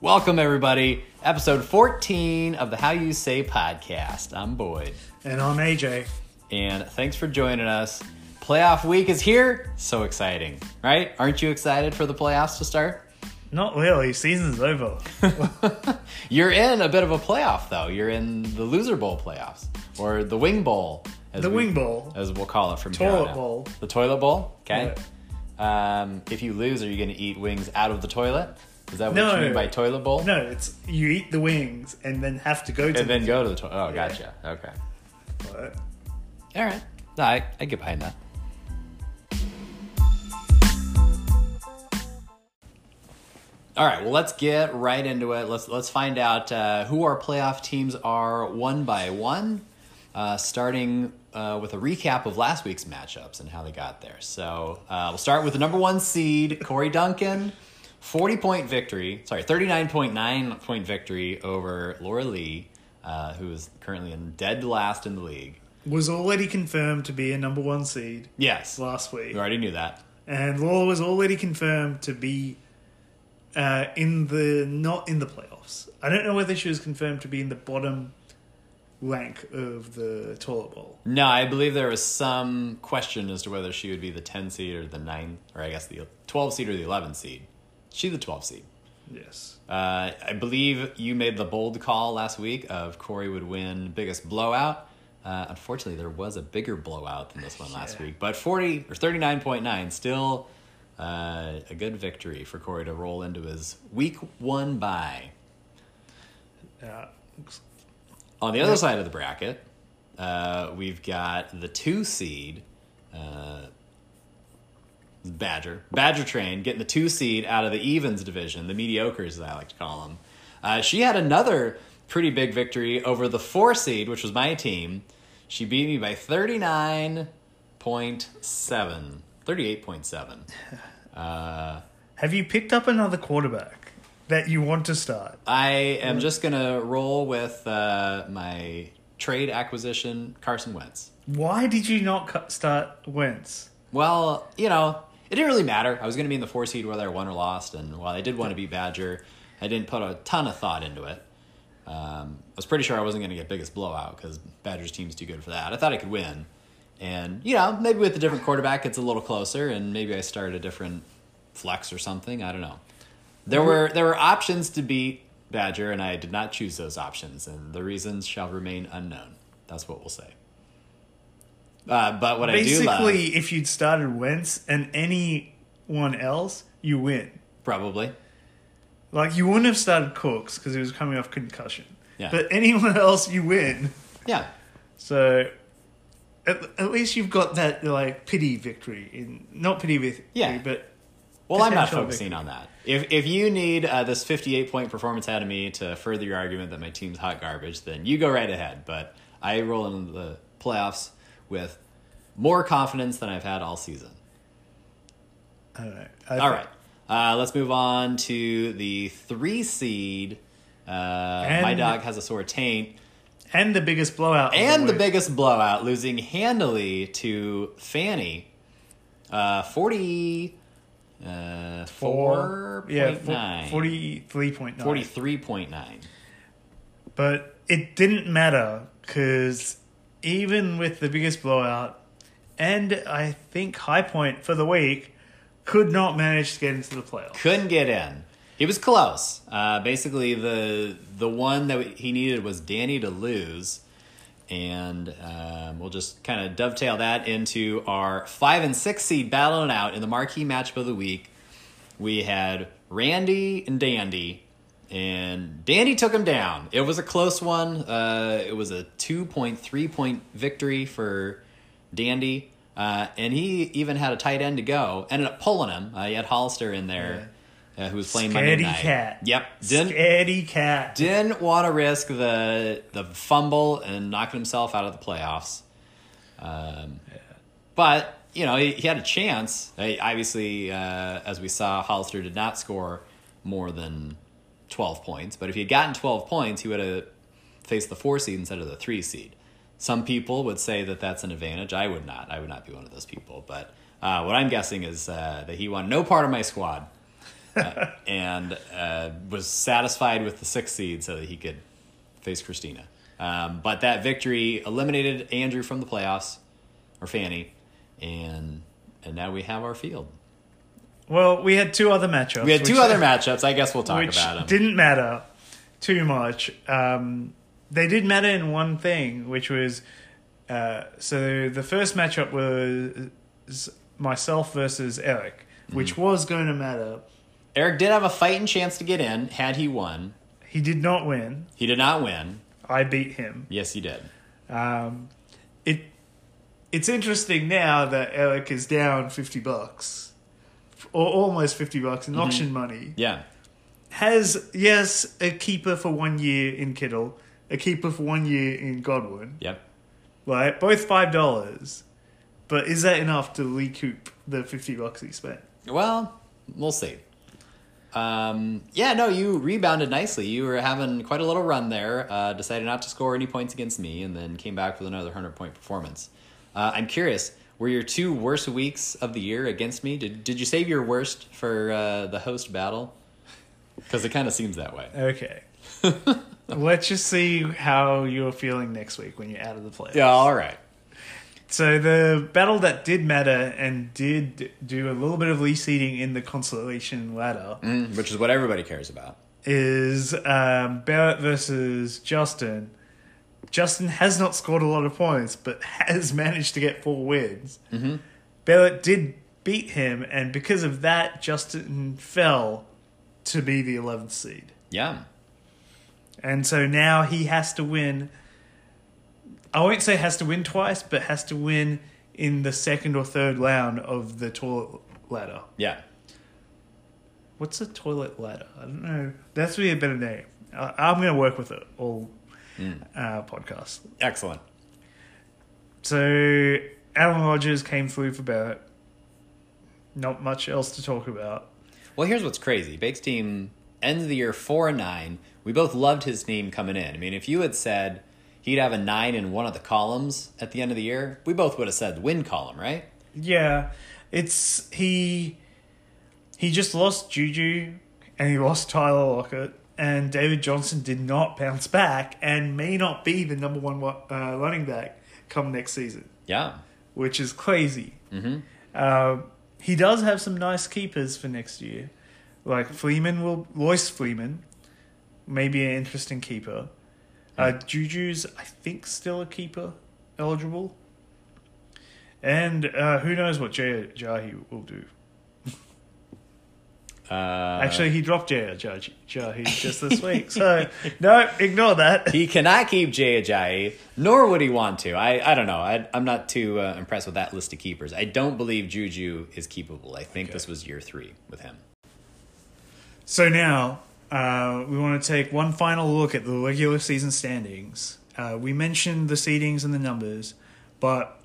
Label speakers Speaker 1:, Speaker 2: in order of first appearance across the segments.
Speaker 1: Welcome, everybody. Episode 14 of the How You Say podcast. I'm Boyd.
Speaker 2: And I'm AJ.
Speaker 1: And thanks for joining us. Playoff week is here. So exciting, right? Aren't you excited for the playoffs to start?
Speaker 2: Not really. Season's over.
Speaker 1: You're in a bit of a playoff, though. You're in the Loser Bowl playoffs or the Wing Bowl. As
Speaker 2: The
Speaker 1: we-
Speaker 2: Wing Bowl.
Speaker 1: As we'll call it from here on
Speaker 2: Toilet
Speaker 1: out.
Speaker 2: bowl.
Speaker 1: The Toilet Bowl? Okay. Um, if you lose, are you going to eat wings out of the toilet? Is that what
Speaker 2: No.
Speaker 1: you mean by toilet bowl?
Speaker 2: No, it's you eat the wings and then have to go to
Speaker 1: And
Speaker 2: the
Speaker 1: then go to the toilet. Oh, gotcha. Okay.
Speaker 2: toilet.
Speaker 1: All right. No, I, I get behind that. All right. Well, let's get right into it. Let's let's find out uh, who our playoff teams are one by one, uh, starting uh, with a recap of last week's matchups and how they got there. So uh, we'll start with the number one seed, Corey Duncan. 40 point victory, sorry, 39.9 point victory over Laura Lee, uh, who is currently in dead last in the league.
Speaker 2: Was already confirmed to be a number one seed
Speaker 1: Yes.
Speaker 2: last week.
Speaker 1: We already knew that.
Speaker 2: And Law was already confirmed to be uh, in the not in the playoffs. I don't know whether she was confirmed to be in the bottom rank of the toilet bowl.
Speaker 1: No, I believe there was some question as to whether she would be the 10 seed or the 9, or I guess the 12 seed or the 11 seed. She the 12 seed.
Speaker 2: Yes.
Speaker 1: Uh, I believe you made the bold call last week of Corey would win biggest blowout. Uh, unfortunately, there was a bigger blowout than this one last
Speaker 2: Yeah.
Speaker 1: week, but 40 or 39.9, still uh, a good victory for Corey to roll into his week one bye.
Speaker 2: Uh,
Speaker 1: On the other side of the bracket, uh, we've got the two seed, uh, Badger. Badger Train getting the two seed out of the evens division, the mediocres, as I like to call them. Uh, she had another pretty big victory over the four seed, which was my team. She beat me by 39.7, 38.7.
Speaker 2: have you picked up another quarterback that you want to start?
Speaker 1: I am just going to roll with uh, my trade acquisition, Carson Wentz.
Speaker 2: Why did you not cut, start Wentz?
Speaker 1: Well, you know, it didn't really matter. I was going to be in the four seed whether I won or lost, and while I did want to beat Badger, I didn't put a ton of thought into it. Um, I was pretty sure I wasn't going to get biggest blowout because Badger's team's too good for that. I thought I could win, and you know, maybe with a different quarterback, it's a little closer, and maybe I start a different flex or something. I don't know. There were there were options to beat Badger, and I did not choose those options, and the reasons shall remain unknown. That's what we'll say. Uh, but what I do love,
Speaker 2: Basically, if you'd started Wentz and anyone else, you win.
Speaker 1: Probably.
Speaker 2: Like you wouldn't have started Cooks because he was coming off concussion.
Speaker 1: Yeah.
Speaker 2: But anyone else, you win.
Speaker 1: Yeah.
Speaker 2: So at, at least you've got that like pity victory in not pity victory,
Speaker 1: Yeah.
Speaker 2: but
Speaker 1: Well, I'm not
Speaker 2: Potential
Speaker 1: focusing
Speaker 2: victory.
Speaker 1: on that. If if you need uh, this 58 point performance out of me to further your argument that my team's hot garbage, then you go right ahead. But I roll into the playoffs with more confidence than I've had all season.
Speaker 2: I don't know. I
Speaker 1: All
Speaker 2: thi-
Speaker 1: right. Uh, let's move on to the three seed. Uh, my
Speaker 2: And-
Speaker 1: dog has a sore taint.
Speaker 2: And the biggest blowout. of
Speaker 1: and the
Speaker 2: week.
Speaker 1: biggest blowout, losing handily to Fanny, uh, forty uh, four
Speaker 2: yeah,
Speaker 1: point nine.
Speaker 2: forty-three point nine.
Speaker 1: 43.9.
Speaker 2: But it didn't matter because even with the biggest blowout, and I think high point for the week, could not manage to get into the playoffs.
Speaker 1: Couldn't get in. He was close. Uh, basically, the the one that he needed was Danny to lose, and um, we'll just kind of dovetail that into our five and six seed battling out in the marquee matchup of the week. We had Randy and Dandy, and Dandy took him down. It was a close one. Uh, it was a two point three point victory for Dandy, uh, and he even had a tight end to go. Ended up pulling him. Uh, he had Hollister in there, uh, who was playing Monday
Speaker 2: Scaredy
Speaker 1: night.
Speaker 2: cat.
Speaker 1: Yep, didn't
Speaker 2: Scaredy cat.
Speaker 1: didn't want to risk the the fumble and knocking himself out of the playoffs. Um, But you know he, he had a chance. I, obviously, uh, as we saw, Hollister did not score more than twelve points. But if he had gotten twelve points, he would have faced the four seed instead of the three seed. Some people would say that that's an advantage. I would not. I would not be one of those people. But uh, what I'm guessing is uh, that he won no part of my squad uh, and uh, was satisfied with the sixth seed so that he could face Christina. Um, but that victory eliminated Andrew from the playoffs, or Fanny, and and now we have our field.
Speaker 2: Well, we had two other matchups.
Speaker 1: We had two
Speaker 2: which-
Speaker 1: other matchups. I guess we'll talk
Speaker 2: which
Speaker 1: about them.
Speaker 2: didn't matter too much. Um, they did matter in one thing, which was uh, so the first matchup was myself versus Eric,
Speaker 1: Mm.
Speaker 2: which was going to matter.
Speaker 1: Eric did have a fighting chance to get in had he won.
Speaker 2: He did not win.
Speaker 1: He did not win.
Speaker 2: I beat him.
Speaker 1: Yes, he did.
Speaker 2: Um, it it's interesting now that Eric is down fifty bucks, or almost fifty bucks in auction money.
Speaker 1: Yeah.
Speaker 2: Has yes a keeper for one year in Kittle, a keeper for one year in Godwin.
Speaker 1: Yep.
Speaker 2: right? Both five dollars, but is that enough to recoup the fifty bucks he spent?
Speaker 1: Well, we'll see. Um, yeah, no, you rebounded nicely. You were having quite a little run there. Uh, decided not to score any points against me, and then came back with another hundred point performance. Uh, I'm curious. Were your two worst weeks of the year against me? Did Did you save your worst for uh, the host battle? Because it kind of seems that way.
Speaker 2: Okay, let's just see how you're feeling next week when you're out of the playoffs.
Speaker 1: Yeah. All right.
Speaker 2: So the battle that did matter and did do a little bit of reseeding in the consolation ladder
Speaker 1: Mm, which is what everybody cares about.
Speaker 2: is um, Barrett versus Justin. Justin has not scored a lot of points, but has managed to get four wins. Mm-hmm. Barrett did beat him, and because of that, Justin fell to be the 11th seed.
Speaker 1: Yeah.
Speaker 2: And so now he has to win. I won't say has to win twice, but has to win in the second or third round of the toilet ladder.
Speaker 1: Yeah.
Speaker 2: What's a toilet ladder? I don't know. That's be a better name. I, I'm going to work with it all uh, podcast.
Speaker 1: Excellent.
Speaker 2: So Alan Rogers came through for Barrett. Not much else to talk about.
Speaker 1: Well, here's what's crazy. Bake's team ends the year four and nine. We both loved his team coming in. I mean, if you had said he'd have a nine in one of the columns at the end of the year, we both would have said win column, right?
Speaker 2: Yeah, it's he. He just lost Juju, and he lost Tyler Lockett, and David Johnson did not bounce back, and may not be the number one wa- uh, running back come next season,
Speaker 1: Yeah.
Speaker 2: which is crazy. Mm-hmm. Um, he does have some nice keepers for next year, like Fleeman will Lois Fleeman, maybe an interesting keeper. Uh, Juju's I think still a keeper eligible. And uh, who knows what Jay Jahi will do.
Speaker 1: Uh,
Speaker 2: Actually, he dropped Jay Jahi Jahi just this week. So, no, ignore that.
Speaker 1: he cannot keep Jay Ajayi, nor would he want to. I, I don't know. I, I'm not too uh, impressed with that list of keepers. I don't believe Juju is keepable. I think this was year three with him.
Speaker 2: So now, uh, we want to take one final look at the regular season standings. Uh, we mentioned the seedings and the numbers, but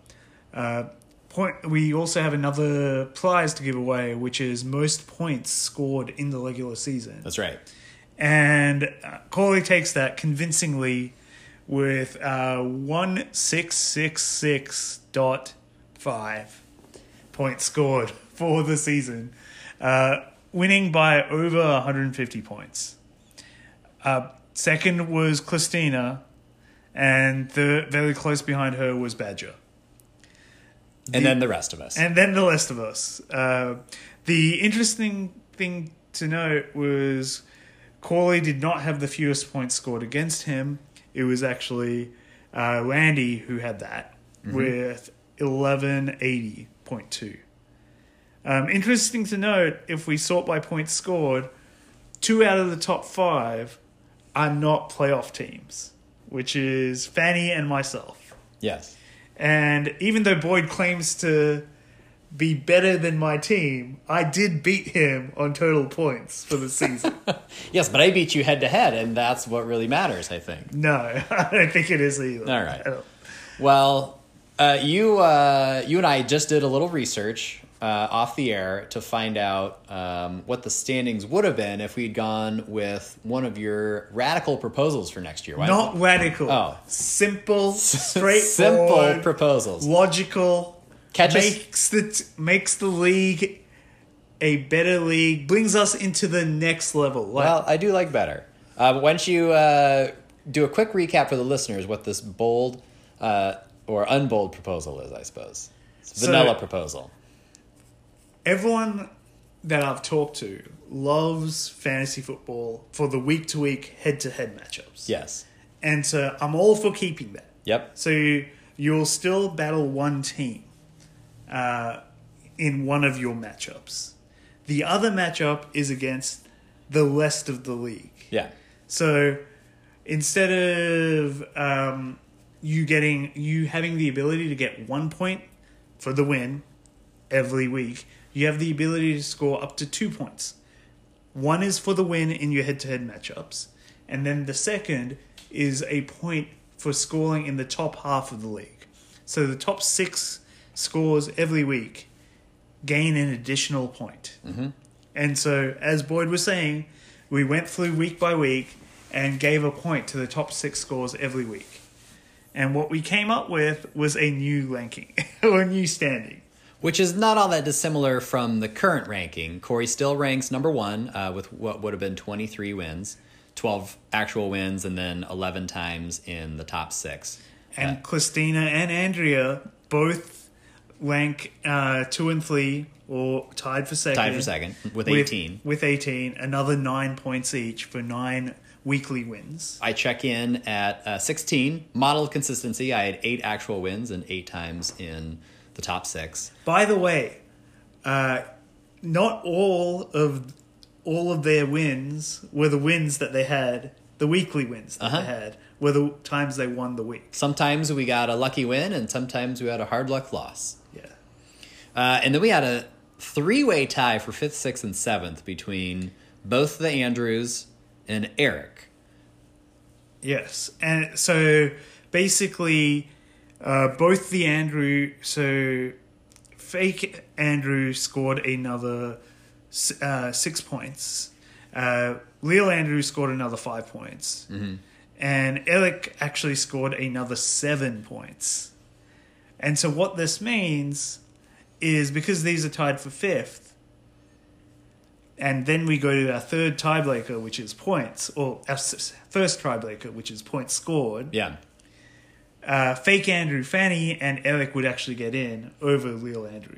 Speaker 2: uh, point, we also have another prize to give away, which is most points scored in the regular season.
Speaker 1: That's right.
Speaker 2: And uh, Corley takes that convincingly with uh, 1666.5 points scored for the season, uh, winning by over 150 points. Uh, second was Christina, and the, very close behind her was Badger.
Speaker 1: And then the rest of us.
Speaker 2: And then the rest of us. Uh, the interesting thing to note was Corley did not have the fewest points scored against him. It was actually uh, Landy who had that with 1180.2. Um, interesting to note if we sort by points scored, two out of the top five are not playoff teams, which is Fanny and myself.
Speaker 1: yes.
Speaker 2: And even though Boyd claims to be better than my team, I did beat him on total points for the season.
Speaker 1: Yes, but I beat you head to head, and that's what really matters, I think.
Speaker 2: no, I don't think it is either.
Speaker 1: All right.
Speaker 2: I don't-
Speaker 1: Well, uh, you uh, you and I just did a little research uh, off the air to find out um, what the standings would have been if we'd gone with one of your radical proposals for next year. Why-
Speaker 2: Not radical.
Speaker 1: Oh.
Speaker 2: Simple,
Speaker 1: simple
Speaker 2: straightforward,
Speaker 1: proposals.
Speaker 2: logical.
Speaker 1: Catch us-
Speaker 2: makes the t- makes the league a better league, brings us into the next level. Like,
Speaker 1: Well, I do like better. Uh, why don't you uh, do a quick recap for the listeners what this bold uh, or unbold proposal is, I suppose. It's a
Speaker 2: So-
Speaker 1: vanilla proposal.
Speaker 2: everyone that I've talked to loves fantasy football for the week to week, head to head matchups.
Speaker 1: Yes.
Speaker 2: And so I'm all for keeping that.
Speaker 1: Yep.
Speaker 2: So you- you'll still battle one team uh, in one of your matchups. The other matchup is against the rest of the league.
Speaker 1: Yeah.
Speaker 2: So instead of um, you getting you having the ability to get one point for the win every week, you have the ability to score up to two points. One is for the win in your head-to-head matchups, and then the second is a point for scoring in the top half of the league. So the top six scores every week gain an additional point. And so, as Boyd was saying, we went through week by week and gave a point to the top six scores every week. And what we came up with was a new ranking or a new standing.
Speaker 1: Which is not all that dissimilar from the current ranking. Corey still ranks number one uh, with what would have been 23 wins, 12 actual wins, and then 11 times in the top six.
Speaker 2: And Christina and Andrea both rank uh, two and three or tied for second.
Speaker 1: Tied for second with 18.
Speaker 2: With 18, another nine points each for nine weekly wins.
Speaker 1: I check in at uh, 16, model of consistency. I had eight actual wins and eight times in the top six.
Speaker 2: By the way, uh, not all of all of their wins were the wins that they had. The weekly wins that
Speaker 1: Uh-huh.
Speaker 2: they had were the times they won the week.
Speaker 1: Sometimes we got a lucky win, and sometimes we had a hard luck loss.
Speaker 2: Yeah,
Speaker 1: Uh, and then we had a three way tie for fifth, sixth, and seventh between both the Andrews and Eric.
Speaker 2: yes, and so basically, uh, both the Andrew so fake Andrew scored another s- uh, six points. Uh, Leo Andrew scored another five points, and Eric actually scored another seven points. And so what this means is because these are tied for fifth, and then we go to our third tiebreaker, which is points, or our s- first tiebreaker, which is points scored
Speaker 1: Yeah.
Speaker 2: uh, fake Andrew Fanny and Eric would actually get in over real Andrew.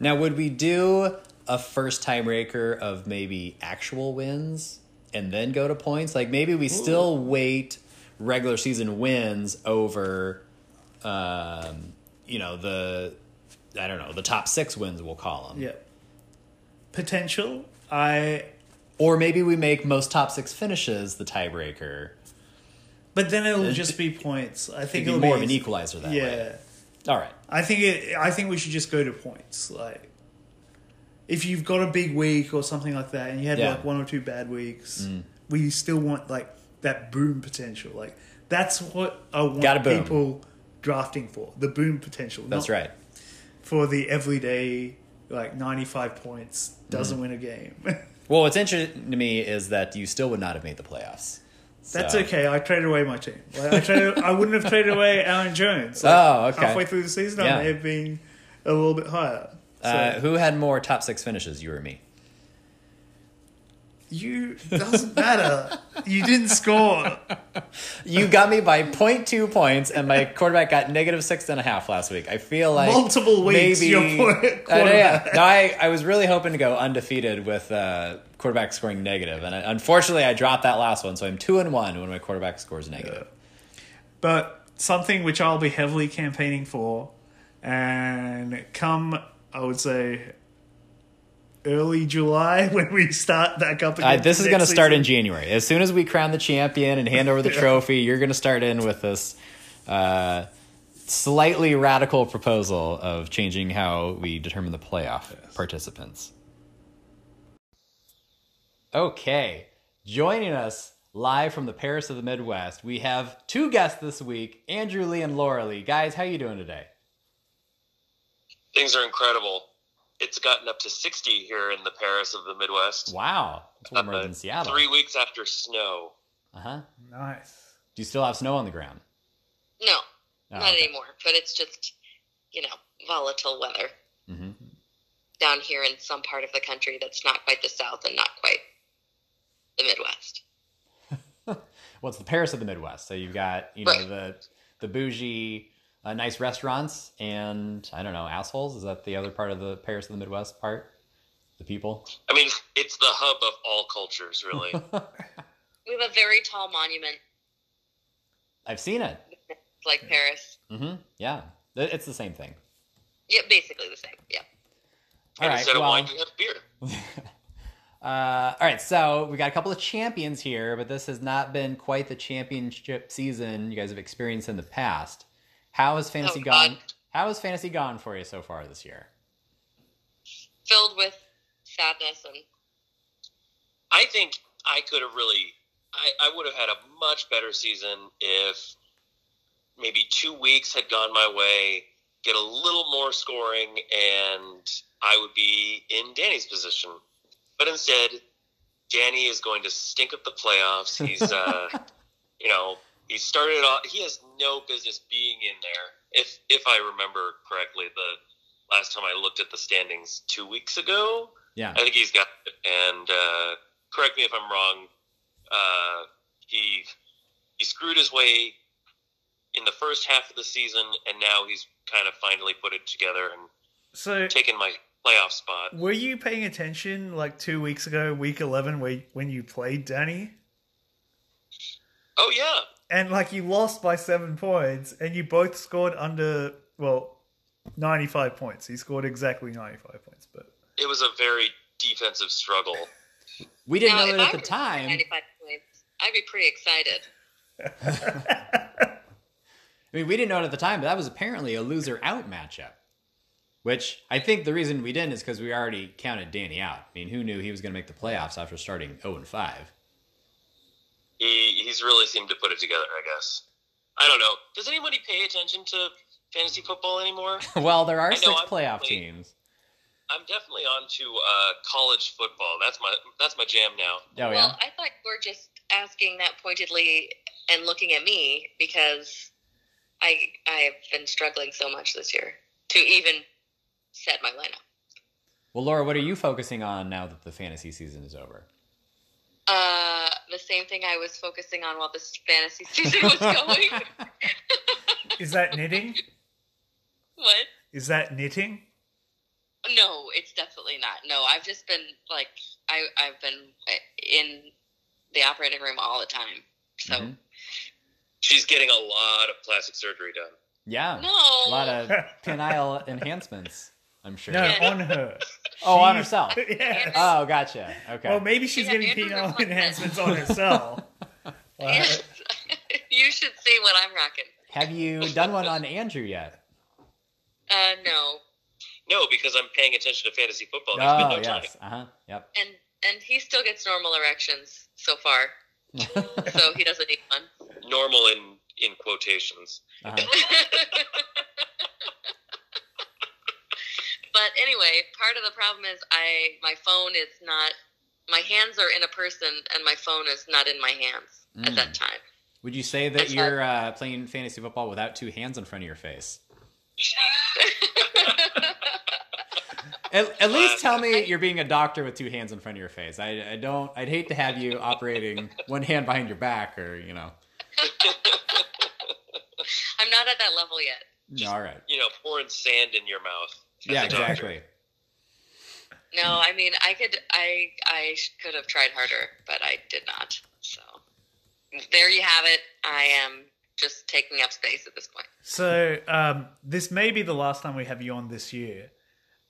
Speaker 1: Now, would we do a first tiebreaker of maybe actual wins and then go to points? Like maybe we still wait regular season wins over, um, you know, the, I don't know, the top six wins, we'll call them.
Speaker 2: Yeah. Potential. I.
Speaker 1: Or maybe we make most top six finishes the tiebreaker.
Speaker 2: But then it'll just be points. I
Speaker 1: It'd
Speaker 2: think
Speaker 1: be
Speaker 2: it'll
Speaker 1: more of an equalizer that
Speaker 2: Yeah.
Speaker 1: way. All right.
Speaker 2: I think it. I think we should just go to points. Like, if you've got a big week or something like that, and you had
Speaker 1: Yeah. Mm.
Speaker 2: like one or two bad weeks, we still want like that boom potential. Like that's what I
Speaker 1: Gotta
Speaker 2: want
Speaker 1: boom.
Speaker 2: people drafting for the boom potential.
Speaker 1: That's
Speaker 2: not
Speaker 1: right.
Speaker 2: for the everyday like 95 points
Speaker 1: Mm-hmm.
Speaker 2: doesn't win a game
Speaker 1: Well, what's interesting to me is that you still would not have made the playoffs.
Speaker 2: that's
Speaker 1: So-
Speaker 2: okay i traded away my team like, I, traded, I wouldn't have traded away alan jones Like,
Speaker 1: Oh, okay.
Speaker 2: halfway through the season
Speaker 1: Yeah.
Speaker 2: i may have been a little bit higher so
Speaker 1: Uh, who had more top six finishes, you or me?
Speaker 2: you doesn't matter you didn't score
Speaker 1: You got me by 0.2 points, and my quarterback got negative six and a half last week. I feel like
Speaker 2: Multiple weeks,
Speaker 1: Maybe,
Speaker 2: your
Speaker 1: I
Speaker 2: poor
Speaker 1: know, yeah. No, I, I was really hoping to go undefeated with uh, quarterback scoring negative, and I, unfortunately, I dropped that last one. So I'm two and one when my quarterback scores negative.
Speaker 2: but something which i'll be heavily campaigning for and come i would say early july when we start back up again
Speaker 1: Uh, this is
Speaker 2: next
Speaker 1: going to start
Speaker 2: season.
Speaker 1: in January. As soon as we crown the champion and hand over the trophy, you're going to start in with this uh, slightly radical proposal of changing how we determine the playoff participants. Okay, joining us live from the Paris of the Midwest, we have two guests this week: Andrew Lee and Laura Lee. Guys, how you doing today?
Speaker 3: things are incredible. It's gotten up to 60 here in the Paris of the Midwest.
Speaker 1: Wow, it's warmer
Speaker 3: Uh,
Speaker 1: than Seattle.
Speaker 3: Three weeks after snow.
Speaker 1: Uh huh.
Speaker 2: nice
Speaker 1: Do you still have snow on the ground?
Speaker 4: No,
Speaker 1: Oh,
Speaker 4: not
Speaker 1: okay.
Speaker 4: anymore. But it's just, you know, volatile weather.
Speaker 1: Mhm.
Speaker 4: down here in some part of the country that's not quite the South and not quite the Midwest.
Speaker 1: Well, it's the Paris of the Midwest. So you've got you know
Speaker 4: Right.
Speaker 1: the the bougie, uh, nice restaurants, and I don't know assholes. Is that the other part of the Paris of the Midwest part? The people.
Speaker 3: I mean, it's the hub of all cultures, really.
Speaker 4: We have a very tall monument
Speaker 1: I've seen it.
Speaker 4: like Paris.
Speaker 1: hmm Yeah, Th- it's the same thing.
Speaker 4: Yeah, basically the same. Yeah.
Speaker 1: All
Speaker 3: and
Speaker 1: right.
Speaker 3: instead of
Speaker 1: well,
Speaker 3: wine, you have beer.
Speaker 1: Uh, all right, so we got a couple of champions here, but this has not been quite the championship season you guys have experienced in the past. How has fantasy
Speaker 4: Oh, God.
Speaker 1: gone? How has fantasy gone for you so far this year?
Speaker 4: Filled with sadness and
Speaker 3: I think I could have really, I, I would have had a much better season if maybe two weeks had gone my way, get a little more scoring, and I would be in Danny's position. But instead, Danny is going to stink up the playoffs. He's, uh, you know, he started off. He has no business being in there. If if I remember correctly, the last time I looked at the standings two weeks ago,
Speaker 1: Yeah,
Speaker 4: Uh,
Speaker 3: I think he's got it. And uh, correct me if I'm wrong. Uh, he he screwed his way in the first half of the season, and now he's kind of finally put it together and
Speaker 2: So,
Speaker 3: taken my playoff spot.
Speaker 2: were you paying attention like two weeks ago, week 11, where, when you played Danny?
Speaker 3: Oh yeah,
Speaker 2: And like you lost by seven points, and you both scored under, well, 95 points. He scored exactly 95 points, but.
Speaker 3: it was a very defensive struggle.
Speaker 1: we didn't
Speaker 4: Now,
Speaker 1: know
Speaker 4: if
Speaker 1: that
Speaker 4: I
Speaker 1: at the
Speaker 4: were to
Speaker 1: time.
Speaker 4: score 95 points, I'd be pretty excited.
Speaker 1: I mean, we didn't know it at the time, but that was apparently a loser out matchup. Which I think the reason we didn't is because we already counted Danny out. I mean, who knew he was going to make the playoffs after starting zero and five?
Speaker 3: He he's really seemed to put it together. I guess I don't know. Does anybody pay attention to fantasy football anymore?
Speaker 1: Well, there
Speaker 3: I
Speaker 1: are
Speaker 3: know,
Speaker 1: 6
Speaker 3: I'm
Speaker 1: playoff
Speaker 3: definitely-
Speaker 1: teams.
Speaker 3: I'm definitely on to uh, college football. That's my that's my jam now.
Speaker 1: Oh yeah,
Speaker 4: Well, I thought you were just asking that pointedly and looking at me because I I've been struggling so much this year to even set my lineup.
Speaker 1: Well, Laura, what are you focusing on now that the fantasy season is over?
Speaker 4: Uh, the same thing I was focusing on while this fantasy season was going.
Speaker 2: Is that knitting?
Speaker 4: what?
Speaker 2: Is that knitting?
Speaker 4: No, it's definitely not. No, I've just been like I I've been in the operating room all the time. So
Speaker 1: Mhm.
Speaker 3: She's getting a lot of plastic surgery done.
Speaker 1: Yeah,
Speaker 4: no,
Speaker 1: a lot of penile enhancements, I'm sure.
Speaker 2: No,
Speaker 4: Yeah.
Speaker 2: on her.
Speaker 1: Oh, on
Speaker 2: She-
Speaker 1: herself.
Speaker 2: yeah.
Speaker 1: Oh, gotcha. Okay.
Speaker 2: Well, maybe she's
Speaker 4: Yeah,
Speaker 2: getting
Speaker 4: Andrew
Speaker 2: penile
Speaker 4: reflects that.
Speaker 2: enhancements on herself.
Speaker 4: Yes. you should see what I'm rocking.
Speaker 1: Have you done one on Andrew yet?
Speaker 4: Uh, no,
Speaker 3: No, because I'm paying attention to fantasy football. There's
Speaker 1: Oh,
Speaker 3: been no time.
Speaker 1: yes. Uh huh. Yep.
Speaker 4: and and he still gets normal erections so far, so he doesn't need one.
Speaker 3: Normal in in quotations.
Speaker 1: Uh-huh.
Speaker 4: but anyway, part of the problem is I my phone is not my hands are in a person and my phone is not in my hands at
Speaker 1: Mm.
Speaker 4: that time.
Speaker 1: Would you say that you're uh, playing fantasy football without two hands in front of your face? At, at least tell me you're being a doctor with two hands in front of your face. I, I don't. I'd hate to have you operating one hand behind your back, or you know.
Speaker 4: I'm not at that level yet.
Speaker 1: No, all right.
Speaker 3: You know, pouring sand in your mouth. as
Speaker 1: Yeah,
Speaker 3: a doctor.
Speaker 1: exactly.
Speaker 4: No, I mean I could I I sh- could have tried harder, but I did not. So there you have it. I am just taking up space at this point.
Speaker 2: So um, this may be the last time we have you on this year.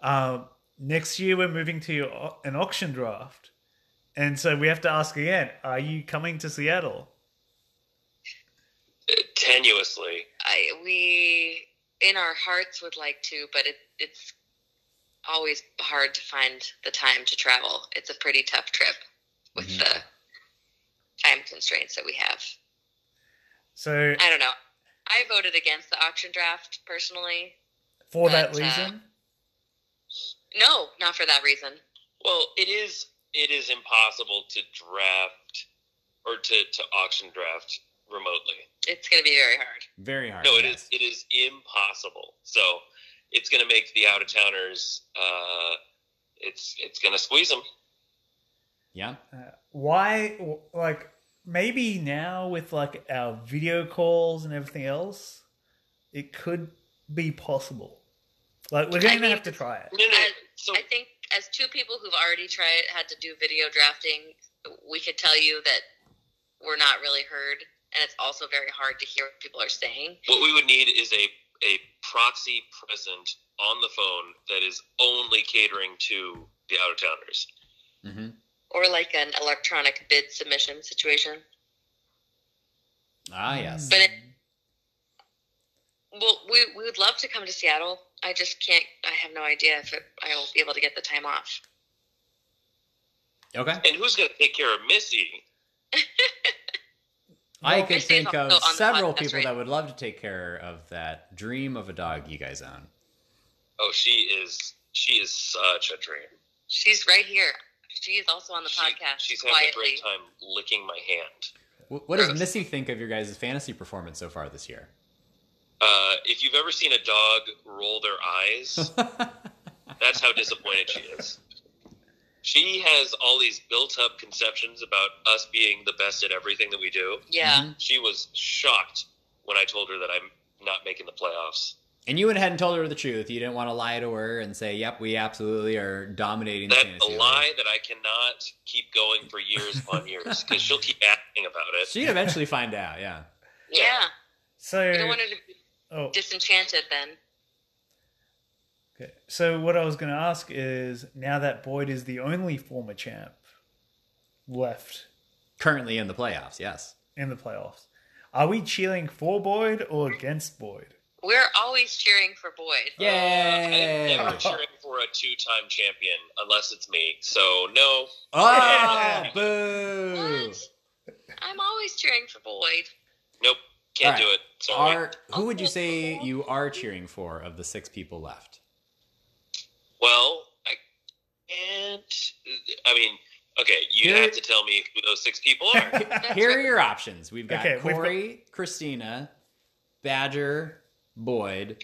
Speaker 2: Um, next year we're moving to au- an auction draft, and so we have to ask again: Are you coming to Seattle?
Speaker 3: Uh, Tenuously.
Speaker 4: I we in our hearts would like to, but it it's always hard to find the time to travel. It's a pretty tough trip with
Speaker 1: Mhm.
Speaker 4: the time constraints that we have.
Speaker 2: So
Speaker 4: I don't know. I voted against the auction draft personally.
Speaker 2: for that
Speaker 4: but, uh,
Speaker 2: reason,
Speaker 4: No, not for that reason.
Speaker 3: Well, it is it is impossible to draft or to, to auction draft remotely.
Speaker 4: It's going to be very hard.
Speaker 1: Very hard.
Speaker 3: No, it
Speaker 1: yes.
Speaker 3: is it is impossible. So it's going to make the out of towners uh, it's it's going to squeeze them.
Speaker 1: Yeah.
Speaker 2: uh, Why, like, maybe now with like our video calls and everything else, it could be possible. Like, we're
Speaker 4: I
Speaker 2: going to
Speaker 4: mean-
Speaker 2: have to try it.
Speaker 3: No, no.
Speaker 4: I-
Speaker 3: So
Speaker 4: I think as two people who've already tried had to do video drafting, we could tell you that we're not really heard, and it's also very hard to hear what people are saying.
Speaker 3: what we would need is a a proxy present on the phone that is only catering to the out of towners.
Speaker 1: Mm-hmm.
Speaker 4: Or like an electronic bid submission situation.
Speaker 1: Ah,
Speaker 2: Mm.
Speaker 1: yes.
Speaker 4: But it- Well, we, we would love to come to Seattle. I just can't. I have no idea if it, I will be able to get the time off.
Speaker 1: Okay.
Speaker 3: And who's going to take care of Missy?
Speaker 1: I could
Speaker 4: Christy's
Speaker 1: think
Speaker 4: also
Speaker 1: of
Speaker 4: on the
Speaker 1: several
Speaker 4: podcast,
Speaker 1: people
Speaker 4: right?
Speaker 1: that would love to take care of that dream of a dog you guys own.
Speaker 3: Oh, she is she is such a dream.
Speaker 4: She's right here. She is also on the
Speaker 3: She-
Speaker 4: podcast.
Speaker 3: She's having
Speaker 4: quietly.
Speaker 3: a great time licking my hand.
Speaker 1: Wh- What does
Speaker 4: Gross.
Speaker 1: Missy think of your guys' fantasy performance so far this year?
Speaker 3: Uh, if you've ever seen a dog roll their eyes, that's how disappointed she is. She has all these built-up conceptions about us being the best at everything that we do.
Speaker 4: Yeah.
Speaker 1: Mhm.
Speaker 3: She was shocked when I told her that I'm not making the playoffs.
Speaker 1: And you went ahead and told her the truth. You didn't want to lie to her and say, "Yep, we absolutely are dominating the
Speaker 3: That
Speaker 1: fantasy."
Speaker 3: a
Speaker 1: league."
Speaker 3: lie that I cannot keep going for years upon years because she'll keep asking about it.
Speaker 1: She'd eventually find out. Yeah.
Speaker 4: yeah.
Speaker 2: So,
Speaker 4: I don't want her to be
Speaker 2: oh,
Speaker 4: disenchanted then.
Speaker 2: okay. so what I was going to ask is now that Boyd is the only former champ left
Speaker 1: Currently in the playoffs. Yes.
Speaker 2: in the playoffs, are we cheering for Boyd or against Boyd?
Speaker 4: We're always cheering for Boyd.
Speaker 1: Yay!
Speaker 3: Uh, I'm never cheering for a two-time champion unless it's me. So no,
Speaker 1: Oh,
Speaker 2: Yeah.
Speaker 1: boo!
Speaker 4: What? I'm always cheering for Boyd.
Speaker 3: nope,
Speaker 1: All
Speaker 3: can't do
Speaker 1: right.
Speaker 3: it. Sorry.
Speaker 1: Are who would you say you are cheering for of the six people left?
Speaker 3: Well, I can't. I mean, okay, you
Speaker 1: Here-
Speaker 3: have to tell me who those six people are.
Speaker 1: Here are your options. We've got
Speaker 2: Okay, we've got-
Speaker 1: Corey, Christina, Badger, Boyd,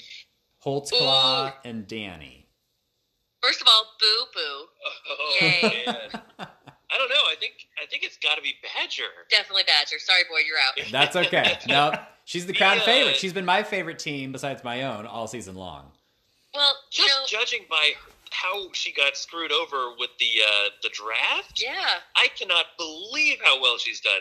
Speaker 1: Holtzclaw, and Danny.
Speaker 4: First of all, boo boo.
Speaker 3: oh,
Speaker 4: Yay.
Speaker 3: man. I don't know. I think I think it's got to be Badger.
Speaker 4: Definitely Badger. Sorry, Boyd, you're out.
Speaker 1: That's okay. nope. She's the crowd
Speaker 3: Yeah.
Speaker 1: favorite. She's been my favorite team besides my own all season long.
Speaker 4: Well, you
Speaker 3: Just
Speaker 4: know,
Speaker 3: judging by how she got screwed over with the uh, the draft,
Speaker 4: yeah.
Speaker 3: I cannot believe how well she's done.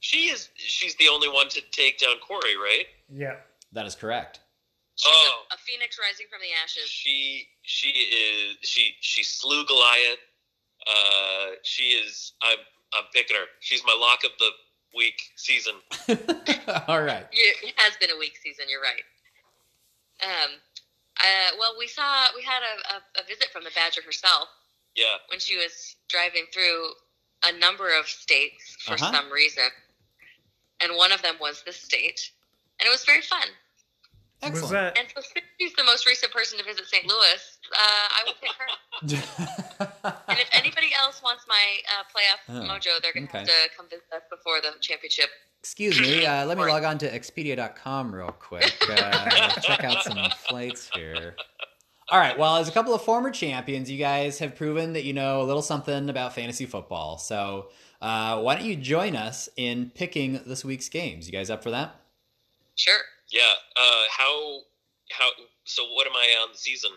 Speaker 3: She is she's the only one to take down Corey, right?
Speaker 2: Yeah.
Speaker 1: That is correct.
Speaker 4: She's
Speaker 3: Oh.
Speaker 4: a, a phoenix rising from the ashes.
Speaker 3: She she is she she slew Goliath. Uh, she is. I'm I'm picking her. She's my lock of the week season.
Speaker 1: all right.
Speaker 4: It has been a weak season. You're right. Um, uh, well, we saw we had a, a, a visit from the Badger herself
Speaker 3: Yeah.
Speaker 4: when she was driving through a number of states for
Speaker 1: Uh-huh.
Speaker 4: some reason, and one of them was this state, and it was very fun.
Speaker 2: Was
Speaker 1: Excellent.
Speaker 2: that
Speaker 4: And so, since she's the most recent person to visit St. Louis, uh, I will pick her. And if anybody else wants my uh, playoff
Speaker 1: Oh,
Speaker 4: mojo, they're going to have
Speaker 1: okay.
Speaker 4: to come visit us before the championship.
Speaker 1: Excuse me. Uh, let me log on to Expedia.com real quick. Uh, check out some flights here. All right. Well, as a couple of former champions, you guys have proven that you know a little something about fantasy football. So uh, why don't you join us in picking this week's games? You guys up for that?
Speaker 4: Sure.
Speaker 3: Yeah. Uh, how how so? What am I on the season?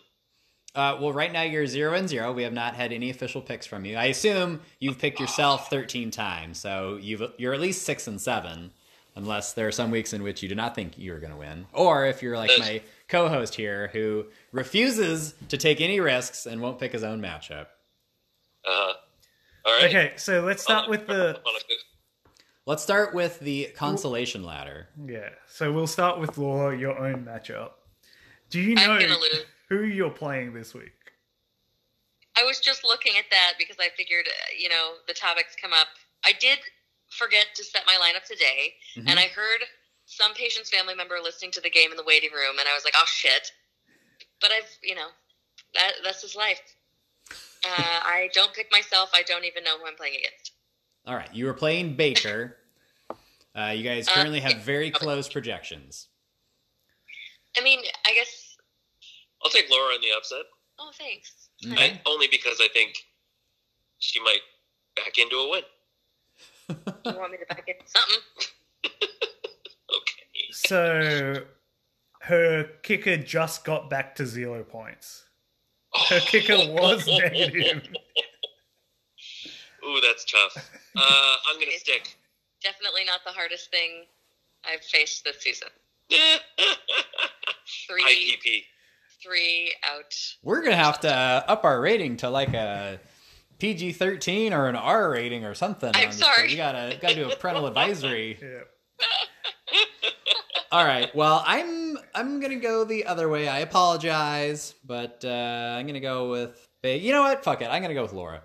Speaker 1: Uh, well, right now you're zero and zero. We have not had any official picks from you. I assume you've picked yourself 13 times, so you've you're at least six and seven, unless there are some weeks in which you do not think you are going to win, or if you're like my co-host here who refuses to take any risks and won't pick his own matchup.
Speaker 3: Uh, all right.
Speaker 2: okay? So let's start with the
Speaker 3: I'm on a good-
Speaker 1: Let's start with the consolation ladder.
Speaker 2: yeah. So we'll start with Laura, your own matchup. Do you
Speaker 4: I'm
Speaker 2: know
Speaker 4: going to lose.
Speaker 2: who you're playing this week?
Speaker 4: I was just looking at that because I figured, uh, you know, the topics come up. I did forget to set my lineup today,
Speaker 1: Mhm.
Speaker 4: and I heard some patient's family member listening to the game in the waiting room, and I was like, oh, shit. But I've, you know, that, that's his life. Uh, I don't pick myself. I don't even know who I'm playing against.
Speaker 1: All right, you were playing Baker. Uh, you guys
Speaker 4: Uh,
Speaker 1: currently have very close projections.
Speaker 4: I mean, I guess.
Speaker 3: I'll take Laura in the upset.
Speaker 4: Oh, thanks.
Speaker 3: I, only because I think she might back into a win.
Speaker 4: You want me to back in something?
Speaker 3: Okay.
Speaker 2: So her kicker just got back to zero points. Her
Speaker 3: Oh.
Speaker 2: kicker was negative.
Speaker 3: Ooh, that's tough. Uh, I'm gonna stick.
Speaker 4: Definitely not the hardest thing I've faced this season. Three,
Speaker 3: IPP.
Speaker 4: three out.
Speaker 1: We're gonna have to uh, up our rating to like a PG thirteen or an R rating or something.
Speaker 4: I'm
Speaker 1: on this
Speaker 4: sorry.
Speaker 1: thing. You gotta gotta do a parental advisory.
Speaker 2: Yeah.
Speaker 1: All right. Well, I'm I'm gonna go the other way. I apologize, but uh, I'm gonna go with. Ba- You know what? Fuck it. I'm gonna go with Laura.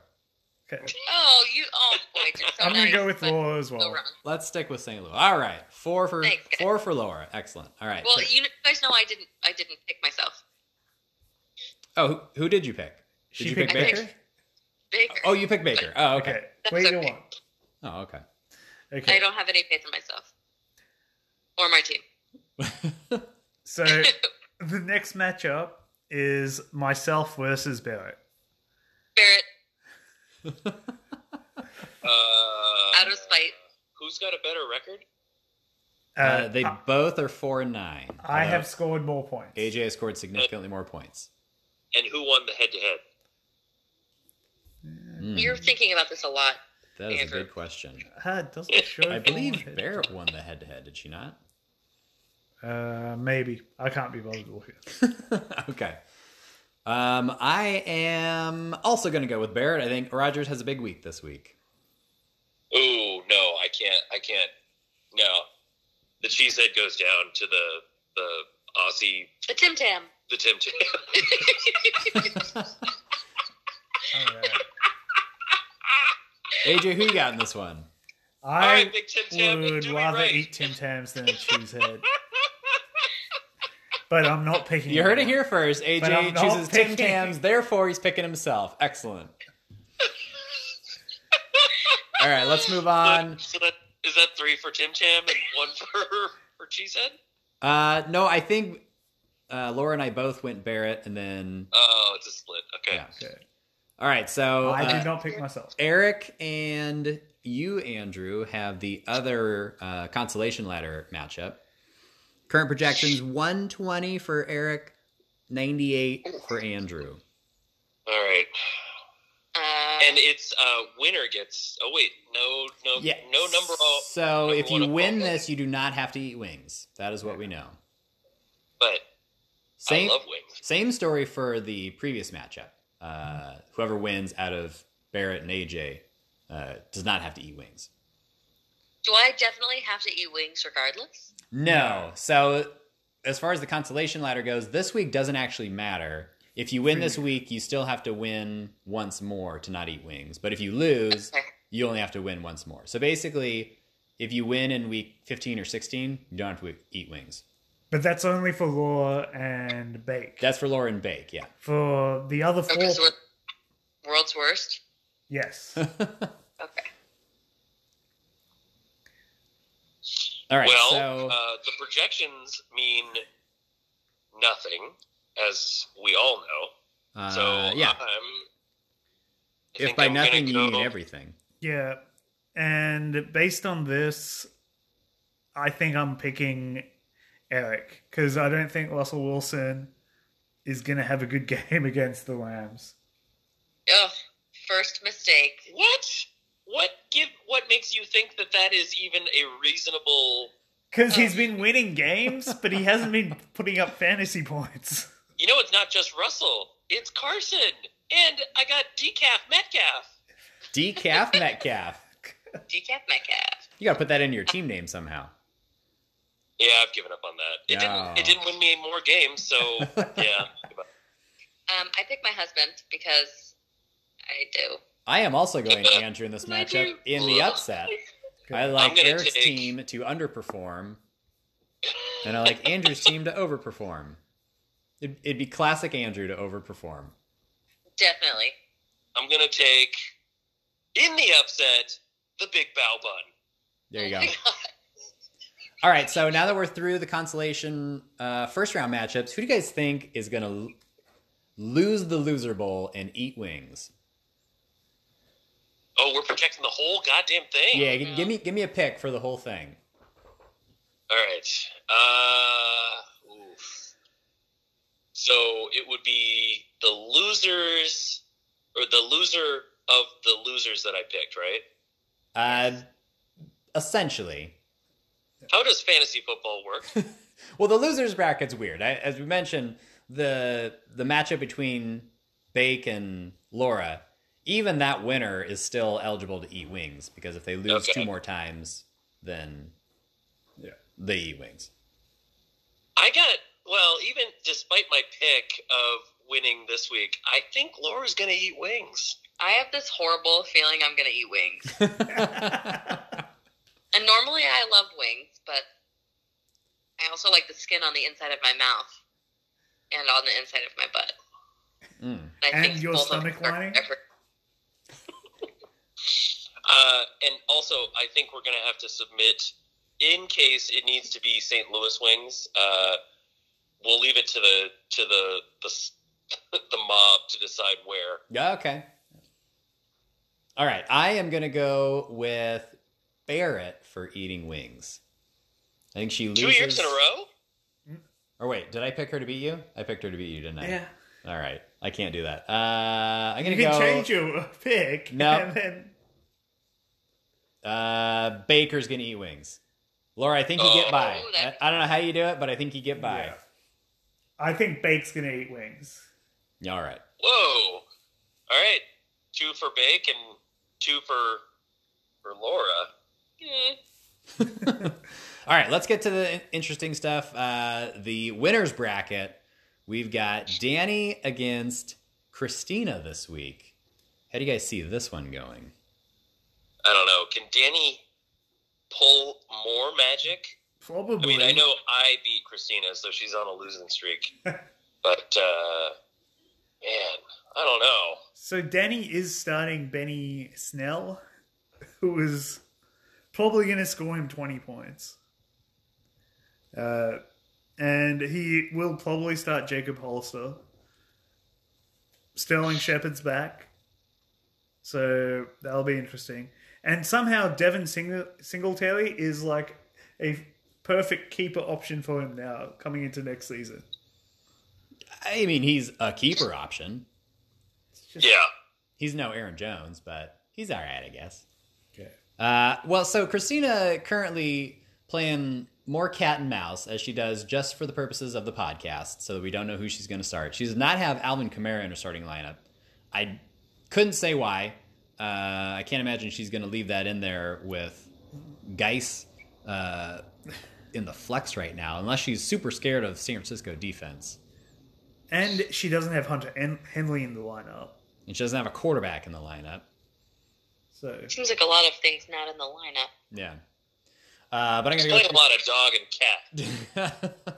Speaker 2: Okay.
Speaker 4: Oh, you. Oh boy, you're so
Speaker 2: I'm gonna
Speaker 4: nice,
Speaker 2: go with
Speaker 4: but
Speaker 2: Laura as
Speaker 4: so
Speaker 2: well.
Speaker 4: wrong.
Speaker 1: Let's stick with St. Louis. All right. Four for
Speaker 4: Thanks, guys.
Speaker 1: four for Laura. Excellent. All right.
Speaker 4: Well, you kn- you guys know I didn't. I didn't pick myself.
Speaker 1: oh, who, who did you pick? Did
Speaker 2: She
Speaker 1: you pick
Speaker 2: picked
Speaker 1: Baker?
Speaker 4: Baker. Baker.
Speaker 1: Oh, you picked Baker. Oh, okay.
Speaker 2: Okay.
Speaker 4: That's
Speaker 2: Wait, you
Speaker 4: okay.
Speaker 2: want?
Speaker 1: Oh, okay.
Speaker 2: Okay.
Speaker 4: I don't have any faith in myself or my team.
Speaker 2: So the next matchup is myself versus Barrett.
Speaker 4: Barrett,
Speaker 3: Uh,
Speaker 4: out of spite.
Speaker 3: Who's got a better record?
Speaker 2: Uh,
Speaker 1: Uh, they
Speaker 2: I,
Speaker 1: both are four and nine.
Speaker 2: I
Speaker 1: although
Speaker 2: have scored more points.
Speaker 1: AJ has scored significantly more points.
Speaker 3: And who won the head-to-head?
Speaker 1: Mm,
Speaker 4: You're thinking about this a lot.
Speaker 1: that is a
Speaker 4: Andrew.
Speaker 1: good question.
Speaker 2: Uh, it doesn't show
Speaker 1: I
Speaker 2: if
Speaker 1: believe
Speaker 2: won.
Speaker 1: Barrett won the head to head, did she not?
Speaker 2: Uh, maybe I can't be bothered to look at. it.
Speaker 1: okay. Um, I am also going to go with Barrett. I think Rogers has a big week this week.
Speaker 3: Ooh, no, I can't. I can't. No, the cheesehead goes down to the the Aussie,
Speaker 4: The Tim Tam.
Speaker 3: the Tim Tam.
Speaker 2: All right.
Speaker 1: AJ, who you got in this one?
Speaker 3: All
Speaker 2: I
Speaker 3: right, big Tim Tam,
Speaker 2: would
Speaker 3: do it
Speaker 2: rather
Speaker 3: right.
Speaker 2: eat Tim Tams than a cheese head. But I'm not picking.
Speaker 1: You heard it
Speaker 2: one.
Speaker 1: here first.
Speaker 2: But I'm
Speaker 1: AJ
Speaker 2: not
Speaker 1: chooses Tim
Speaker 2: picking.
Speaker 1: Tams, therefore he's picking himself. Excellent. All right, let's move on.
Speaker 3: So that is that three for Tim Tam and one for for cheesehead.
Speaker 1: Uh, no, I think uh, Laura and I both went Barrett, and then
Speaker 3: Oh, it's a split. Okay.
Speaker 1: yeah.
Speaker 2: Okay.
Speaker 1: All right, so
Speaker 2: I
Speaker 1: uh,
Speaker 2: did not pick myself.
Speaker 1: Eric and you, Andrew, have the other uh, consolation ladder matchup. Current projections 120 for Eric, 98 for Andrew.
Speaker 3: All right.
Speaker 4: Uh,
Speaker 3: And it's uh winner gets. Oh wait, no, no,
Speaker 1: Yeah.
Speaker 3: no number. All,
Speaker 1: So
Speaker 3: number
Speaker 1: if
Speaker 3: one
Speaker 1: you
Speaker 3: of
Speaker 1: win
Speaker 3: all.
Speaker 1: this, you do not have to eat wings. That is what we know.
Speaker 3: but
Speaker 1: Same,
Speaker 3: I love wings.
Speaker 1: same story for the previous matchup. Uh, whoever wins out of Barrett and AJ uh, does not have to eat wings.
Speaker 4: do I definitely have to eat wings regardless?
Speaker 1: No. So as far as the consolation ladder goes, this week doesn't actually matter. If you win
Speaker 3: Hmm.
Speaker 1: this week, you still have to win once more to not eat wings. But if you lose,
Speaker 4: Okay.
Speaker 1: you only have to win once more. So basically, if you win in week 15 or 16, you don't have to eat wings.
Speaker 2: But that's only for Laura and Bake.
Speaker 1: That's for Lauren Bake, yeah.
Speaker 2: for the other four.
Speaker 4: Okay, so we're- world's worst.
Speaker 2: yes.
Speaker 4: Okay.
Speaker 1: All right.
Speaker 3: well,
Speaker 1: so
Speaker 3: uh, the projections mean nothing, as we all know.
Speaker 1: uh,
Speaker 3: So
Speaker 1: yeah,
Speaker 3: I'm, I
Speaker 1: if
Speaker 3: think
Speaker 1: by
Speaker 3: I'm gonna
Speaker 1: nothing you
Speaker 3: go-
Speaker 1: mean everything.
Speaker 2: yeah. And based on this, I think I'm picking Eric because I don't think Russell Wilson is going to have a good game against the Rams.
Speaker 4: Oh, first mistake.
Speaker 3: What? What give? What makes you think that that is even a reasonable?
Speaker 2: Because he's been winning games, but he hasn't been putting up fantasy points.
Speaker 3: You know, it's not just Russell. It's Carson, and I got decaf Metcalf.
Speaker 1: Decaf Metcalf.
Speaker 4: Decaf Metcalf.
Speaker 1: You got to put that into your team name somehow.
Speaker 3: Yeah, I've given up on that. It
Speaker 1: No.
Speaker 3: didn't. It didn't win me more games. So yeah.
Speaker 4: Um, I picked my husband because I do.
Speaker 1: I am also going Andrew in this
Speaker 4: I
Speaker 1: matchup
Speaker 4: do.
Speaker 1: in the upset. I
Speaker 3: I'm
Speaker 1: like
Speaker 3: gonna
Speaker 1: Eric's
Speaker 3: take-
Speaker 1: team to underperform, and I like Andrew's team to overperform. It'd, it'd be classic Andrew to overperform.
Speaker 4: Definitely.
Speaker 3: I'm gonna take in the upset the big bow bun.
Speaker 1: There you go.
Speaker 4: Oh my God.
Speaker 1: All right, so now that we're through the consolation uh, first round matchups, who do you guys think is going to? lose the loser bowl and eat wings.
Speaker 3: Oh, we're protecting the whole goddamn thing.
Speaker 1: Yeah, g- give me give me a pick for the whole thing.
Speaker 3: All right. Uh, oof. So it would be the losers or the loser of the losers that I picked, right?
Speaker 1: Uh, essentially,
Speaker 3: How does fantasy football work?
Speaker 1: well, the losers bracket's weird. I, as we mentioned, the the matchup between Bake and Laura, even that winner is still eligible to eat wings because if they lose
Speaker 3: Okay.
Speaker 1: two more times, then
Speaker 2: Yeah.
Speaker 1: they eat wings.
Speaker 3: I got well, even despite my pick of winning this week, I think Laura's going to eat wings.
Speaker 4: I have this horrible feeling I'm gonna eat wings. And normally I love wings, but I also like the skin on the inside of my mouth and on the inside of my butt.
Speaker 1: Mm.
Speaker 4: I
Speaker 2: And
Speaker 4: think
Speaker 2: your
Speaker 4: both of
Speaker 2: stomach
Speaker 4: them are
Speaker 2: lining?
Speaker 4: different.
Speaker 3: Uh, and also, I think we're going to have to submit, in case it needs to be St. Louis wings. Uh, we'll leave it to the to the the, s- the mob to decide where.
Speaker 1: Yeah, okay. All right, I am gonna go with Barrett for eating wings. I think she loses
Speaker 3: Two years in a row.
Speaker 1: Or wait, did I pick her to beat you? I picked her to beat you, didn't I?
Speaker 2: Yeah.
Speaker 1: All right, I can't do that. Uh, I'm gonna
Speaker 2: You can
Speaker 1: go
Speaker 2: change your pick.
Speaker 1: No.
Speaker 2: And then
Speaker 1: Uh, Baker's gonna eat wings. Laura, I think you
Speaker 3: Oh,
Speaker 1: get by. I,
Speaker 4: that'd
Speaker 1: I don't know how you do it, but I think you get by.
Speaker 2: I think Bake's gonna eat wings.
Speaker 1: All right.
Speaker 3: Whoa! All right, two for Bake and two for for Laura.
Speaker 4: Mm.
Speaker 1: All right, let's get to the in- interesting stuff. Uh, the winners bracket. We've got Danny against Christina this week. How do you guys see this one going?
Speaker 3: I don't know. Can Danny pull more magic?
Speaker 2: Probably.
Speaker 3: I mean, I know I beat Christina, so she's on a losing streak. but uh, man, I don't know.
Speaker 2: So Danny is starting Benny Snell, who is probably going to score him 20 points. Uh, and he will probably start Jacob Holster. Sterling Shepard's back. So that'll be interesting. And somehow Devin Sing- Singletary is like a perfect keeper option for him now coming into next season.
Speaker 1: I mean, he's a keeper option.
Speaker 3: Yeah.
Speaker 1: He's no Aaron Jones, but he's all right, I guess.
Speaker 2: Okay.
Speaker 1: Uh, well, so Christina currently playing more cat and mouse as she does just for the purposes of the podcast, so that we don't know who she's going to start. She does not have Alvin Kamara in her starting lineup. I couldn't say why. Uh, I can't imagine she's going to leave that in there with Geis uh, in the flex right now, unless she's super scared of San Francisco defense.
Speaker 2: And she doesn't have Hunter Hen- Henley in the lineup.
Speaker 1: And she doesn't have a quarterback in the lineup.
Speaker 2: So
Speaker 4: Seems like a lot of things not in the lineup.
Speaker 1: Yeah. Uh, but I'm going to go.
Speaker 3: Playing a lot of dog and cat.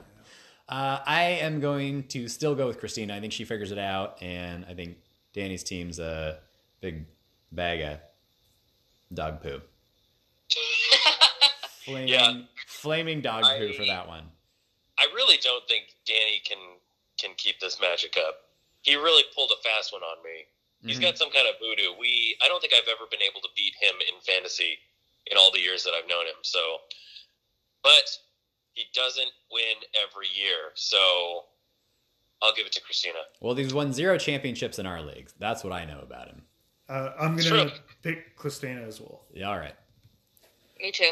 Speaker 1: uh, I am going to still go with Christina. I think she figures it out, and I think Danny's team's a big bag of dog poo. Flaming,
Speaker 3: Yeah.
Speaker 1: flaming dog
Speaker 3: I-
Speaker 1: poo for that one.
Speaker 3: I really don't think Danny can can keep this magic up. He really pulled a fast one on me. He's
Speaker 1: Mhm.
Speaker 3: got some kind of voodoo. We I don't think I've ever been able to beat him in fantasy in all the years that I've known him. So, but he doesn't win every year. So, I'll give it to Christina.
Speaker 1: Well, these won zero championships in our league. That's what I know about him.
Speaker 2: Uh, I'm
Speaker 3: It's
Speaker 2: gonna
Speaker 3: true.
Speaker 2: pick Christina as well.
Speaker 1: Yeah, All right.
Speaker 4: Me too.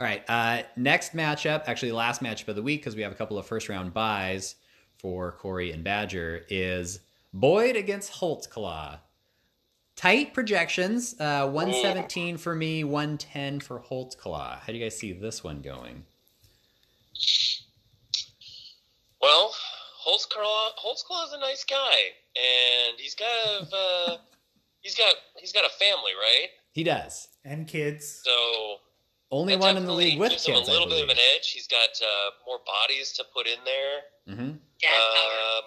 Speaker 1: All right. Uh, next matchup, actually last matchup of the week, because we have a couple of first round buys for Corey and Badger, is Boyd against Holtzclaw. Tight projections, uh, 117 for me, 110 for Holtzclaw. How do you guys see this one going?
Speaker 3: Well, Holtzclaw Holtzclaw is a nice guy, and he's got uh, he's got he's got a family, right?
Speaker 1: He does.
Speaker 2: And kids.
Speaker 3: So
Speaker 1: Only
Speaker 3: that
Speaker 1: one in the
Speaker 3: definitely
Speaker 1: league with
Speaker 3: gives
Speaker 1: kids,
Speaker 3: him
Speaker 1: I
Speaker 3: a little bit
Speaker 1: believe.
Speaker 3: of an edge. He's got uh, more bodies to put in there.
Speaker 1: hmm
Speaker 4: Dad power.
Speaker 3: Um,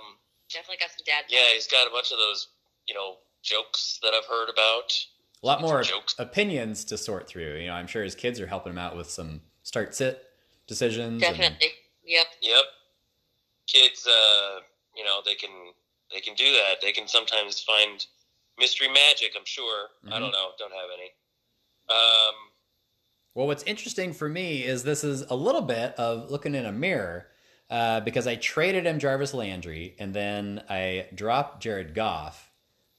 Speaker 4: Definitely got some dad power.
Speaker 3: yeah, he's got a bunch of those you know jokes that I've heard about.
Speaker 1: A lot more
Speaker 3: Jokes.
Speaker 1: opinions to sort through. You know, I'm sure his kids are helping him out with some start sit decisions. and-
Speaker 4: Definitely. Yep.
Speaker 3: Yep, kids. Uh, you know they can they can do that. They can sometimes find mystery magic. I'm sure.
Speaker 1: Mm-hmm.
Speaker 3: I don't know. Don't have any. Um,
Speaker 1: Well, what's interesting for me is this is a little bit of looking in a mirror uh, because I traded him Jarvis Landry and then I dropped Jared Goff,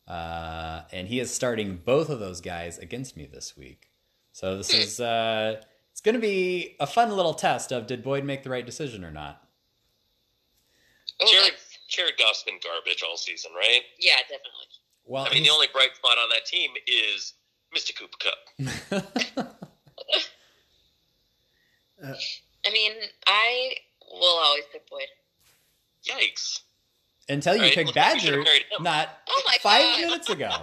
Speaker 1: uh, and he is starting both of those guys against me this week. So
Speaker 3: Hmm.
Speaker 1: this is uh, it's going to be a fun little test of did Boyd make the right decision or not.
Speaker 4: Oh,
Speaker 3: Jared
Speaker 4: that's-
Speaker 3: Jared Goff's been garbage all season, right?
Speaker 4: yeah, definitely.
Speaker 1: Well,
Speaker 3: I mean, the
Speaker 1: he's-
Speaker 3: only bright spot on that team is Mr. Cooper Cup.
Speaker 4: I mean, I will always pick Boyd.
Speaker 3: Yikes!
Speaker 1: until you
Speaker 3: Right,
Speaker 1: pick
Speaker 3: look, you should've
Speaker 1: Badger,
Speaker 3: married him.
Speaker 1: not
Speaker 4: Oh my
Speaker 1: five
Speaker 4: God.
Speaker 1: minutes ago.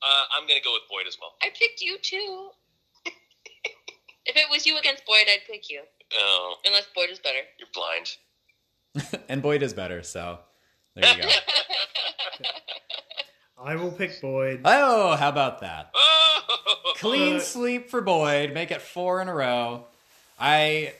Speaker 3: Uh, I'm going to go with Boyd as well.
Speaker 4: I picked you too. if it was you against Boyd, I'd pick you.
Speaker 3: Oh,
Speaker 4: Unless Boyd is better.
Speaker 3: you're blind.
Speaker 1: and Boyd is better, so there you go.
Speaker 2: I will pick Boyd.
Speaker 1: oh, how about that?
Speaker 3: Oh,
Speaker 1: Clean
Speaker 2: Uh,
Speaker 1: sleep for Boyd. Make it four in a row. I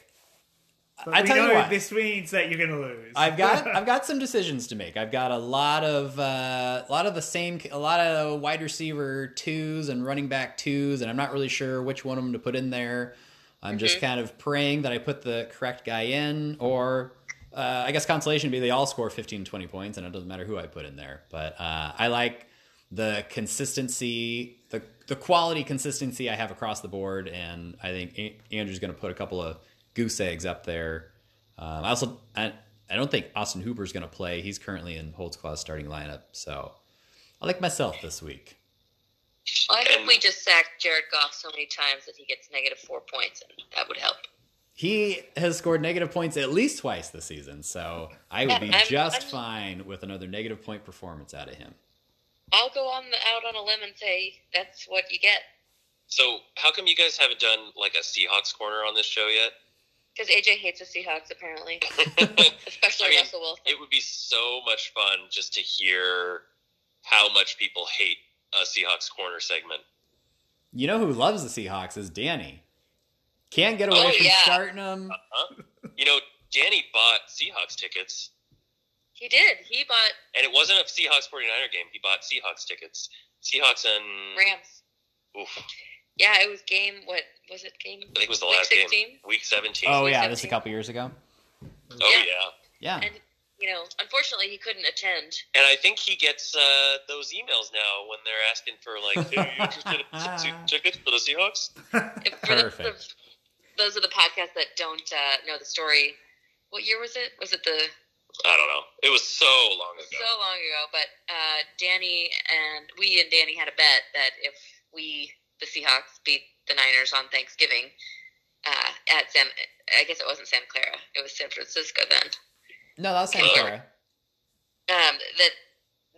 Speaker 2: But
Speaker 1: I
Speaker 2: we
Speaker 1: tell you
Speaker 2: know
Speaker 1: what.
Speaker 2: this means that you're going to lose.
Speaker 1: I've got I've got some decisions to make. I've got a lot of uh, a lot of the same a lot of wide receiver twos and running back twos, and I'm not really sure which one of them to put in there. I'm just kind of praying that I put the correct guy in, or uh, I guess consolation would be they all score 15, 20 points, and it doesn't matter who I put in there. But uh, I like the consistency, the the quality consistency I have across the board, and I think A- Andrew's going to put a couple of goose eggs up there. Um, I also I, I don't think Austin Hooper's going to play. He's currently in Holtzclaw's starting lineup, so I like myself this week.
Speaker 4: Well, I hope we just sacked Jared Goff so many times that he gets negative four points, and that would help.
Speaker 1: He has scored negative points at least twice this season, so I would be
Speaker 4: I'm-
Speaker 1: just
Speaker 4: I'm-
Speaker 1: fine with another negative point performance out of him.
Speaker 4: I'll go on the, out on a limb and say that's what you get
Speaker 3: So, how come you guys haven't done like a Seahawks corner on this show yet?
Speaker 4: because AJ hates the Seahawks apparently, especially
Speaker 3: I mean,
Speaker 4: Russell Wilson.
Speaker 3: It would be so much fun just to hear how much people hate a Seahawks corner segment.
Speaker 1: You know who loves the Seahawks is Danny. Can't get away
Speaker 4: Oh,
Speaker 1: from
Speaker 4: yeah.
Speaker 1: starting them.
Speaker 3: You know, Danny bought Seahawks tickets,
Speaker 4: he did. He bought
Speaker 3: and it wasn't a Seahawks 49er game. He bought Seahawks tickets. Seahawks and
Speaker 4: Rams.
Speaker 3: Oof,
Speaker 4: Yeah, it was game. What was it? Game.
Speaker 3: I think it was the
Speaker 4: Week
Speaker 3: last game,
Speaker 4: 16?
Speaker 3: week 17.
Speaker 1: Oh
Speaker 4: Week
Speaker 1: yeah, this is a
Speaker 4: 17.
Speaker 1: couple years ago.
Speaker 3: Oh
Speaker 4: Yeah.
Speaker 3: yeah.
Speaker 1: Yeah,
Speaker 4: And you know, unfortunately, he couldn't attend.
Speaker 3: And I think he gets uh, those emails now when they're asking for like, "Hey, are you interested in t- t- tickets for the Seahawks?"
Speaker 4: If- for those of-
Speaker 1: Perfect.
Speaker 4: those are the podcasts that don't uh, know the story. What year was it? Was it the
Speaker 3: I don't know. It was so long ago.
Speaker 4: so long ago? But uh, Danny and we and Danny had a bet that if we the Seahawks beat the Niners on Thanksgiving uh, at San, I guess it wasn't Santa Clara, it was San Francisco then.
Speaker 1: no, that's Santa
Speaker 3: Yeah.
Speaker 1: Clara.
Speaker 4: Um, that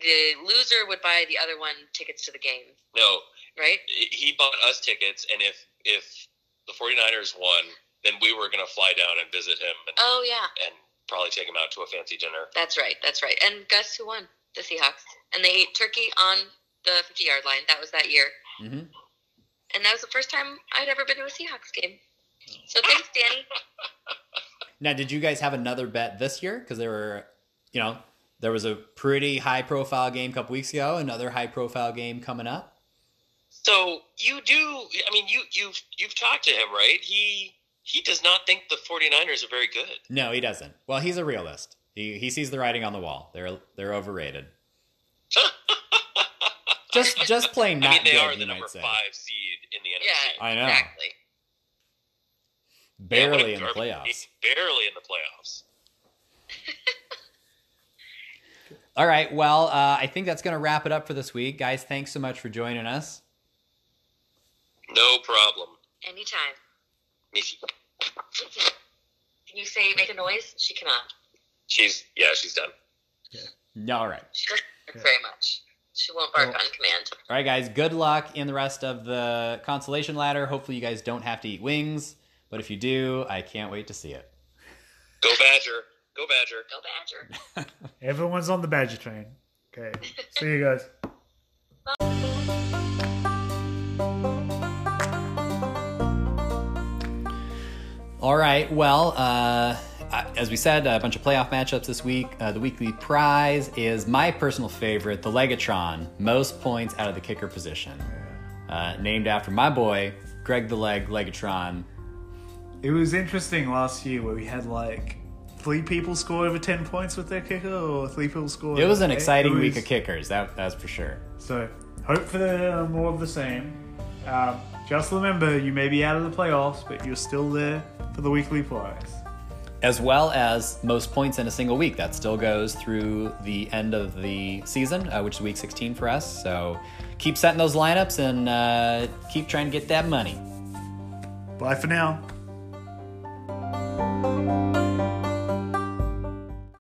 Speaker 4: the loser would buy the other one tickets to the game,
Speaker 3: no,
Speaker 4: right?
Speaker 3: he bought us tickets, and if if the 49ers won, then we were gonna fly down and visit him and,
Speaker 4: Oh yeah,
Speaker 3: and probably take him out to a fancy dinner.
Speaker 4: that's right, that's right. And guess who won? The Seahawks, and they ate turkey on the fifty-yard line. That was that year.
Speaker 1: hmm
Speaker 4: and that was the first time I'd ever been to a Seahawks game. So thanks, Danny.
Speaker 1: Now, did you guys have another bet this year? Because there were, you know, there was a pretty high profile game a couple weeks ago. Another high profile game coming up.
Speaker 3: So you do. I mean, you you've you've talked to him, right? He he does not think the 49ers are very good.
Speaker 1: No, he doesn't. Well, he's a realist. He he sees the writing on the wall. They're they're overrated. just just plain not
Speaker 3: I mean, they
Speaker 1: good,
Speaker 3: are
Speaker 1: you
Speaker 3: the
Speaker 1: might
Speaker 3: number
Speaker 1: say.
Speaker 3: five seed in the
Speaker 4: Yeah,
Speaker 3: NFC.
Speaker 1: I know.
Speaker 4: exactly.
Speaker 1: barely in the
Speaker 3: Yeah, what a garbage
Speaker 1: playoffs.
Speaker 3: team. Barely in the playoffs.
Speaker 1: All right. Well, uh, I think that's going to wrap it up for this week, guys. Thanks so much for joining us.
Speaker 3: No problem.
Speaker 4: Anytime.
Speaker 3: Missy.
Speaker 4: Can you say make a noise? She cannot.
Speaker 3: She's yeah, she's done.
Speaker 1: All right.
Speaker 4: She doesn't bark very much. She won't bark on command.
Speaker 1: All right, guys. Good luck in the rest of the consolation ladder. Hopefully, you guys don't have to eat wings, but if you do, I can't wait to see it.
Speaker 3: Go Badger. Go Badger.
Speaker 4: Go Badger.
Speaker 2: Everyone's on the Badger train. Okay. See you guys.
Speaker 1: All right. Well, uh, uh, as we said, a bunch of playoff matchups this week. Uh, the weekly prize is my personal favorite, the Legatron, most points out of the kicker position. Uh, named after my boy, Greg the Leg Legatron.
Speaker 2: It was interesting last year where we had like three people score over 10 points with their kicker or three people score.
Speaker 1: It was
Speaker 2: over
Speaker 1: an
Speaker 2: eight.
Speaker 1: exciting
Speaker 2: It
Speaker 1: week
Speaker 2: was-
Speaker 1: of kickers, that, that's for sure.
Speaker 2: So hope for the, uh, more of the same. Um, just remember, you may be out of the playoffs, but you're still there for the weekly prize.
Speaker 1: as well as most points in a single week. That still goes through the end of the season, uh, which is week 16 for us. So keep setting those lineups and uh, keep trying to get that money.
Speaker 2: Bye for now.